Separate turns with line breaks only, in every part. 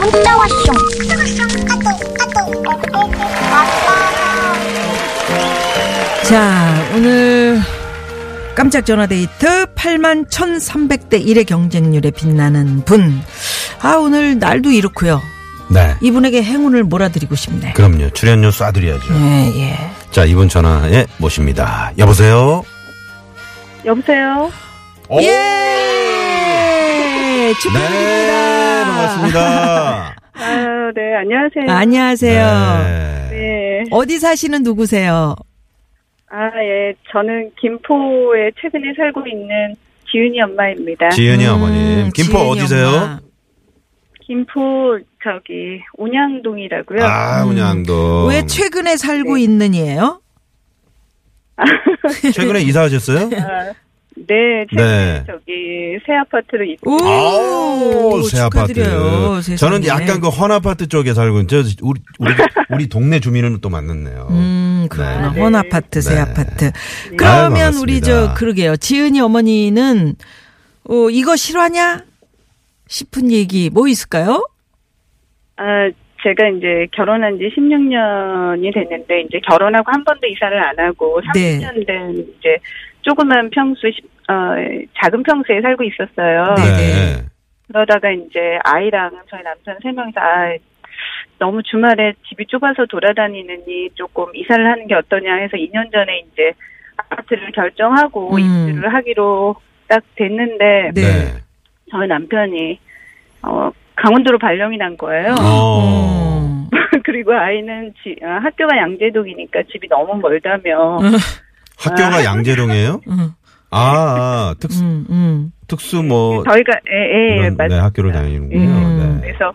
문자 왔쇼 까똑 까똑 아빠
자, 오늘 깜짝 전화 데이트 8만 1,300대 1의 경쟁률에 빛나는 분. 아, 오늘 날도 이렇고요.
네.
이분에게 행운을 몰아드리고 싶네.
그럼요. 출연료 쏴드려야죠.
예, 예.
자, 이번 전화에 모십니다. 여보세요?
여보세요.
오!
예!
네,
축하드립니다.
반갑습니다.
아, 네, 안녕하세요.
안녕하세요.
네.
네.
어디 사시는 누구세요?
아, 예. 저는 김포에 최근에 살고 있는 지윤이 엄마입니다.
지은이
음,
어머님. 김포
지은이
어디세요?
엄마.
김포 저기 온양동이라고요. 아,
아, 운양도.
음. 왜 최근에 살고 있는 이에요?
최근에 이사하셨어요?
음.
네,
네.
최근에 저기 새 아파트로 입
오,
아우, 새 아파트.
축하드려요. 세상에.
저는 약간 그 헌아파트 쪽에 살고 있는데, 저 우리, 우리, 우리 동네 주민은 또 만났네요.
음, 그러나
네.
헌 아파트, 새
네.
아파트.
아유,
그러면
반갑습니다.
우리 저 그러게요. 지은이 어머니는 어, 이거 싫어하냐 싶은 얘기 뭐 있을까요?
아, 제가 이제 결혼한 지 16년이 됐는데 이제 결혼하고 한 번도 이사를 안 하고
네.
30년 된 이제 조그만 평수 십- 어, 작은 평수에 살고 있었어요.
네, 네.
그러다가 이제 아이랑 저희 남편 세 명이서 아, 너무 주말에 집이 좁아서 돌아다니느니 조금 이사를 하는 게 어떠냐 해서 2년 전에 이제 아파트를 결정하고
음.
입주를 하기로 딱 됐는데
네.
저희 남편이 어 강원도로 발령이 난 거예요.
어.
음.
그리고 아이는 지, 아, 학교가 양재동이니까 집이 너무 멀다며
학교가
아.
양재동이에요?
음,
아, 특수,
음, 음.
특수 뭐.
저희가 예, 예,
이런, 네,
맞
학교를 다니는군요.
음.
네.
그래서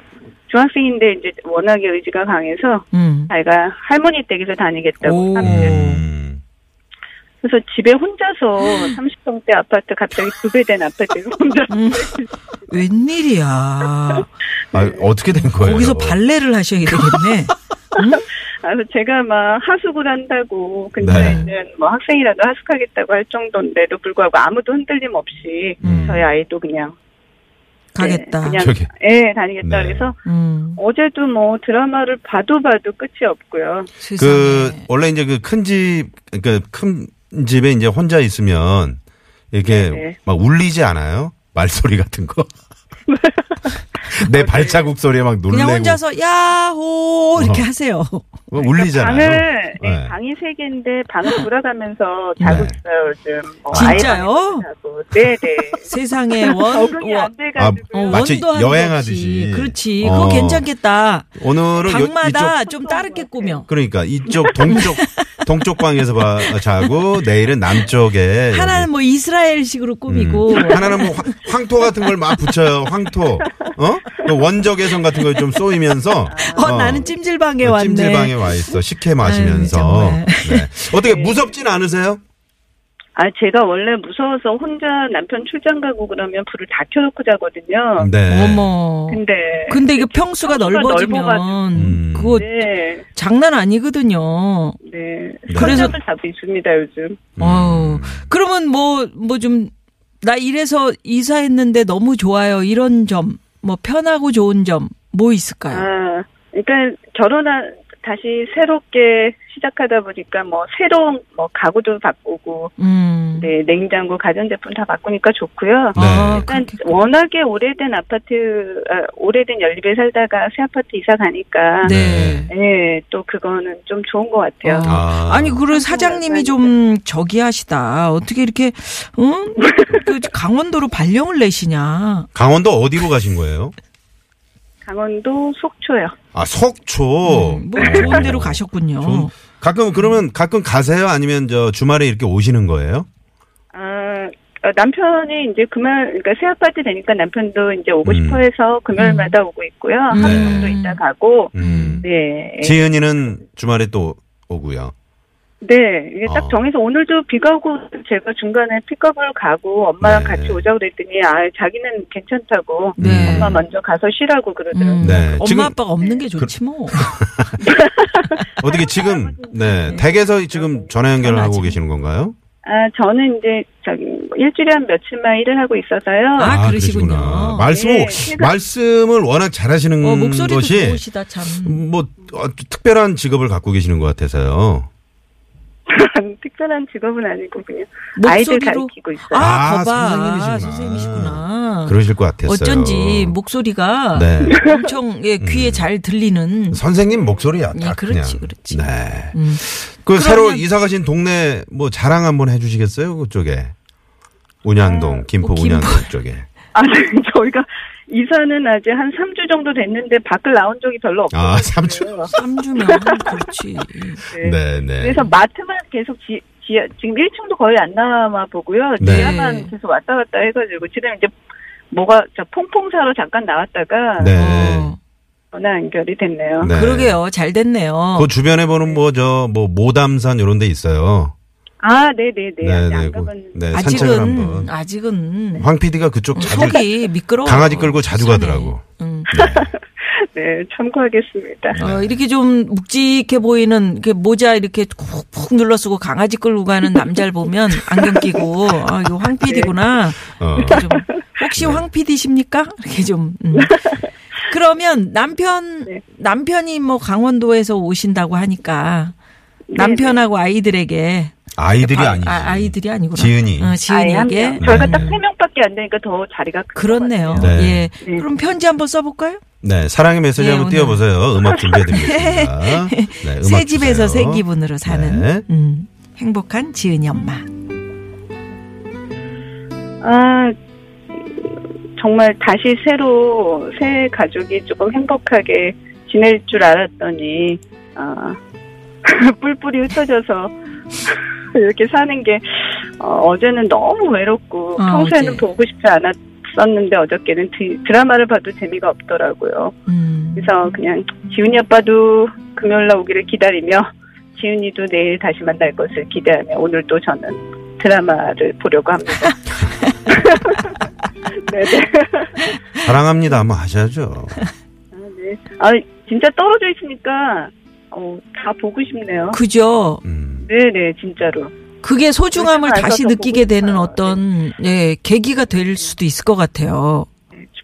중학생인데 이제 워낙에 의지가 강해서
음.
자기가 할머니 댁에서 다니겠다고
오.
하면
네.
음.
그래서 집에 혼자서 30평대 아파트 갑자기 두 배 된 아파트에 혼자
음.
웬일이야.
아, 어떻게 된 거예요?
거기서 발레를 하셔야 되겠네.
아, 그래서 제가 막 하숙을 한다고
네.
근처에 있는 뭐 학생이라도 하숙하겠다고 할 정도인데도 불구하고 아무도 흔들림 없이
음.
저희 아이도 그냥
가겠다.
네, 그냥
저기.
예 다니겠다
네.
그래서
음,
어제도 뭐 드라마를 봐도 봐도 끝이 없고요.
세상에.
그 원래 이제 그 큰 집, 그러니까 큰 집에 이제 혼자 있으면 이렇게
네.
막 울리지 않아요? 말소리 같은 거. 내 발자국 소리에 막 놀래고
어, 네. 그냥 혼자서 야호 이렇게
어.
하세요.
막 울리잖아요.
방을 예,
네.
방이 세 개인데 방을 돌아가면서 자고
네.
있어요 요즘. 뭐
진짜요?
아이 방에서 자고. 네네.
세상에 원,
적응이 안
어,
돼가지고. 음.
마치
원도 한
여행하듯이.
듯이. 그렇지.
어.
그거 괜찮겠다.
오늘은 요-
방마다
이쪽
좀 다르게 꾸며.
그러니까 이쪽 동쪽 동쪽 방에서 봐, 자고 내일은 남쪽에
하나는 뭐 이스라엘식으로 꾸미고.
네. 음. 하나는 뭐 황- 황토 같은 걸 막 붙여요. 황토. 어? 그 원적외선 같은 걸 좀 쏘이면서.
어, 나는 찜질방에
어,
왔네.
찜질방에 와 있어. 식혜 마시면서.
아유, 정말.
네. 어떻게 무섭진 않으세요?
아, 제가 원래 무서워서 혼자 남편 출장 가고 그러면 불을 다 켜놓고 자거든요.
네.
어머.
근데
근데 이게 평수가
평수가
넓어지면
넓어가지고.
음.
그거
네,
장난 아니거든요.
네.
그래서-
그래서 자고 있습니다 요즘.
음.
어우. 그러면 뭐 뭐 좀 나 이래서 이사했는데 너무 좋아요. 이런 점. 뭐 편하고 좋은 점 뭐 있을까요?
아, 그러니까 결혼한 다시 새롭게 시작하다 보니까 뭐 새로운 뭐 가구도 바꾸고,
음.
네 냉장고 가전제품 다 바꾸니까 좋고요.
네.
아,
일단
그렇게
워낙에 오래된 아파트, 아, 오래된 연립에 살다가 새 아파트 네. 이사 가니까, 네.
네.
또 그거는 좀 좋은 것 같아요.
아.
아. 니 그리고 사장님이 좀 저기 하시다. 어떻게 이렇게 응? 그 강원도로 발령을 내시냐.
강원도 어디로 가신 거예요?
강원도 속초요.
아, 속초.
음, 뭐 좋은 데로
어.
가셨군요.
좋은- 가끔 그러면 가끔 가세요? 아니면 저 주말에 이렇게 오시는 거예요?
아, 어, 남편이 이제 금요일, 그러니까 새 아파트 되니까 남편도 이제 오고
음.
싶어 해서 금요일마다 오고 있고요.
네.
한국도 이따 가고,
음.
네.
지은이는 주말에 또 오고요.
네. 이게 딱
어.
정해서 오늘도 비가 오고 제가 중간에 픽업을 가고 엄마랑
네.
같이 오자고 그랬더니, 아, 자기는 괜찮다고.
음.
네.
엄마 먼저 가서 쉬라고 그러더라고요.
음,
네,
엄마
지금-
아빠가 없는 게 좋지 뭐. 네.
어떻게 지금 네 댁에서 지금 전화 연결을 하고 계시는 건가요?
아, 저는 이제 저기 뭐 일주일에 한 며칠만 일을 하고 있어서요.
아, 그러시군요.
그러시구나. 말씀을
네, 최근-
말씀을 워낙 잘하시는
어, 목소리도
것이
좋으시다 참.
뭐 어, 특별한 직업을 갖고 계시는 것 같아서요.
특별한 직업은 아니고 그냥
목소리로-
아이들 가르치고 있어요.
아,
아,
거봐.
선생님이시구나.
선생님이시구나.
그러실 것 같았어요.
어쩐지 뭐 목소리가
네.
엄청 예, 귀에 잘 들리는.
선생님 목소리야.
예,
딱
그렇지,
그냥.
그렇지. 음.
네. 그 새로 이사 가신 동네 뭐 자랑 한번 해주시겠어요? 그쪽에 운양동, 김포
어, 김포.
운양동 쪽에.
아, 네, 저희가 이사는 아직 한 3주 정도 됐는데 밖을 나온 적이 별로 없어요.
아, 삼촌.
3주면 그렇지.
네, 네.
그래서 마트만 계속 지, 지하, 지금 1층도 거의 안 남아 보고요.
네.
지하만 계속 왔다 갔다 해가지고 지금 이제 뭐가 저 퐁퐁 사러 잠깐 나왔다가 어,
네.
전화 연결이 됐네요.
네.
어, 그러게요. 잘 어. 됐네요.
그 주변에 보는 뭐 저 뭐 모담산 이런 데 있어요.
아, 네네네. 아직 안
그-
가봤는데.
네, 산책을
음, 아직은
한번.
아직은
황 PD가 그쪽 자주
속이 미끄러워.
강아지 끌고 자주
세상에.
가더라고.
응.
네, 참고하겠습니다.
네.
어, 이렇게 좀 묵직해 보이는 이렇게 모자 이렇게 푹푹 눌러 쓰고 강아지 끌고 가는 남자를 보면 안경 끼고 아, 이거
예.
황 PD구나.
어.
좀 혹시
네.
황 PD십니까? 이렇게 좀 음. 그러면 남편
네.
남편이 뭐 강원도에서 오신다고 하니까
네,
남편하고 아이들에게
아이들이
아,
아니지.
아, 이들이 아니구나.
지은이.
어,
아예 한
지은이에게
명. 저희가
네.
딱 3명밖에 안 되니까 더 자리가 큰것
그렇네요.
같아요.
네.
예. 그럼 편지 한번 써볼까요?
네, 사랑의 메시지
네,
한번
오늘.
띄워보세요. 음악 준비해드리겠습니다. 네, 음악
새 집에서 새
주세요.
기분으로 사는
네.
음, 행복한 지은이 엄마.
아, 정말 다시 새로 새 가족이 조금 행복하게 지낼 줄 알았더니 아, 뿔뿔이 흩어져서 이렇게 사는 게 어, 제는 너무 외롭고
아,
평소에는
어제.
보고 싶지 않았었는데 어저께는 드, 드라마를 봐도 재미가 없더라고요.
음.
그래서 그냥 지훈이 아빠도 금요일 날 오기를 기다리며 지훈이도 내일 다시 만날 것을 기대하며 오늘도 저는 드라마를 보려고 합니다. 네네.
사랑합니다. 한번 하셔야죠.
아, 네. 아, 진짜 떨어져 있으니까 어, 다 보고 싶네요.
그죠.
음.
네네 진짜로.
그게 소중함을
그래서
다시
알아서
느끼게
보고
되는
싶어요. 네.
어떤 예 계기가 될 수도 있을 것 같아요.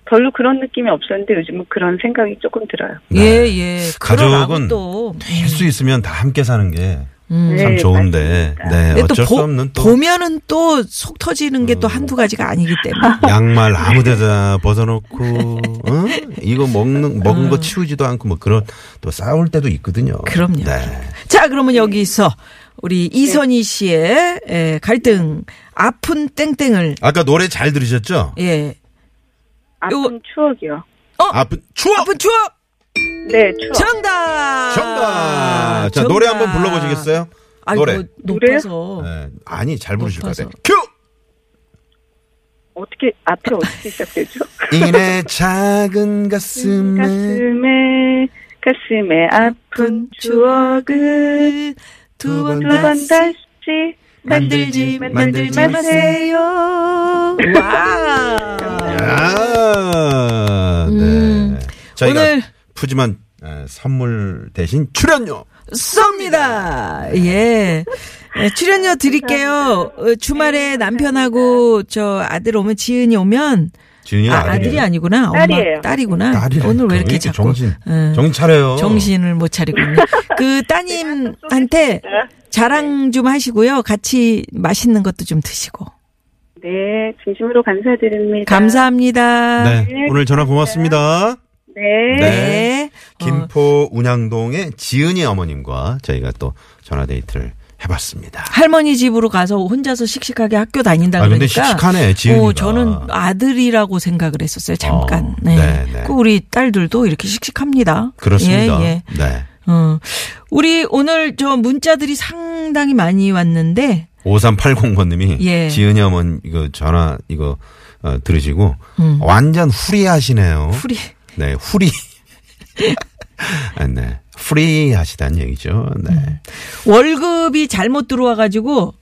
별로 그런 느낌이 없었는데 요즘은 그런 생각이 조금 들어요.
네.
예 예. 그러라고
가족은
또
될 수 있으면 다 함께 사는 게 참
음.
네,
좋은데,
맞습니다.
네,
근데 또
어쩔
보-
수 없는 또 음.
보면은 또 속 터지는 게 또 한두 가지가 아니기 때문에. 네.
양말 아무 데나 벗어놓고, 어? 이거 먹는, 먹은 거 치우지도 않고 뭐 그런 또 싸울 때도 있거든요.
어. 그럼요.
네.
자, 그러면 여기서 우리 이선희 씨의 예, 갈등 아픈 땡땡을
아까 노래 잘 들으셨죠?
예.
아픈
요거-
추억이요.
아픈, 추억!
아픈 추억
네 추억.
정답.
정답! 자,
아, 정답.
노래 한번 불러보시겠어요?
아이고,
노래.
높아서
네. 아니, 잘 부르실 것 같아요.
높아서.
큐!
어떻게 앞에 어떻게 시작되죠?
이내 작은 음. 가슴에
가슴에 가슴에 아픈 추억을
두 번
두 번
다시
다시
만들지 만들지
만들지
마세요. 와.
야,
음.
네. 저희가
오늘-
푸짐한 에, 선물 대신 출연료.
쏩니다. 예. 예, 출연료 드릴게요. 어,
네,
주말에 남편하고 저 아들 오면 지은이 오면
준이
아, 아들이 아니구나. 엄마
딸이에요.
구나 오늘 왜 이렇게 자꾸
정신
예,
정신 차려요.
정신을 못 차리고 있네. 그 따님한테 자랑 좀 하시고요. 같이 맛있는 것도 좀 드시고.
네 진심으로 감사드립니다.
감사합니다.
네. 오늘 전화 고맙습니다.
어.
네.
네. 어,
김포 운양동의 지은이 어머님과 저희가 또 전화 데이트를 해봤습니다.
할머니 집으로 가서 혼자서 씩씩하게 학교 다닌다
아,
그러니까.
근데 씩씩하네, 지은이가.
어, 저는 아들이라고 생각을 했었어요. 잠깐.
어,
네.
네, 네.
그 우리 딸들도 이렇게 씩씩합니다.
그렇습니다.
예, 예.
네.
어. 우리 오늘 저 문자들이 상당히 많이 왔는데
5380번님이
예.
지은이 어머니 이거 전화 이거 어, 들으시고
음.
완전 후리하시네요.
풀이
네, 후리. 아, 네, 후리하시다는 얘기죠.
음.
네,
월급이 잘못 들어와 가지고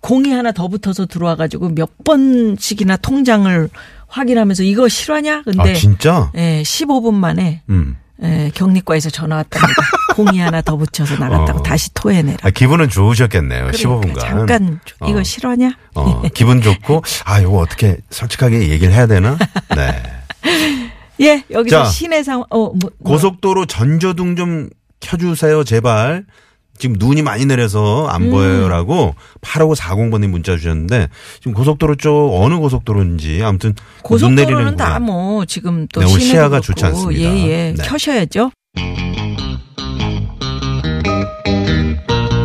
공이 하나 더 붙어서 들어와 가지고 몇 번씩이나 통장을 확인하면서 이거 실화냐? 근데 네.
아 진짜?
예, 15분 만에
음,
예, 경리과에서 전화 왔답니다. 공이 하나 더 붙여서 나갔다고
어.
다시 토해내라. 그러니까
아, 기분은 좋으셨겠네요. 15분간.
잠깐 좀 이거
어.
실화냐?
어, 기분 좋고 아 이거 어떻게 솔직하게 얘기를 해야 되나? 네.
예, 여기서
자.
시내 상황 어, 뭐, 뭐.
고속도로 전조등 좀 켜주세요 제발. 지금 눈이 많이 내려서 안
음.
보여요라고 8540번님 문자 주셨는데 지금 고속도로 쪽 어느 고속도로인지 아무튼 눈
고속도로는
내리는
다 뭐 지금 또
네, 오늘
시내도
시야가
그렇고.
좋지 않습니다.
예, 예.
네.
켜셔야죠.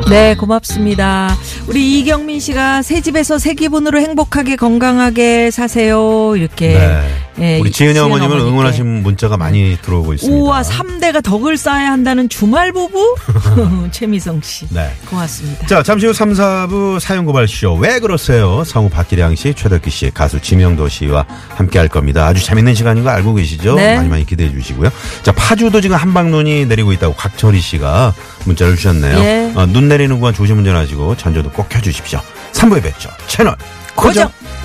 네, 고맙습니다. 우리 이경민 씨가 새 집에서 새 기분으로 행복하게 건강하게 사세요. 이렇게. 예,
네. 우리 지은이
지은
어머님을
어머니께.
응원하신 문자가 많이 들어오고 있습니다.
우와, 3대가 덕을 쌓아야 한다는 주말 부부? 최미성 씨.
네.
고맙습니다.
자, 잠시 후 3, 4부 사연고발쇼. 왜 그러세요? 성우 박기량 씨, 최덕기 씨, 가수 지명도 씨와 함께 할 겁니다. 아주 재밌는 시간인 거 알고 계시죠?
네.
많이 많이 기대해 주시고요. 자, 파주도 지금 한방눈이 내리고 있다고 곽철희 씨가 문자를 주셨네요.
예.
어, 눈 내리는 구간 조심 운전하시고 전조도 꼭 켜주십시오. 3부에 뵙죠. 채널
고정.
고정.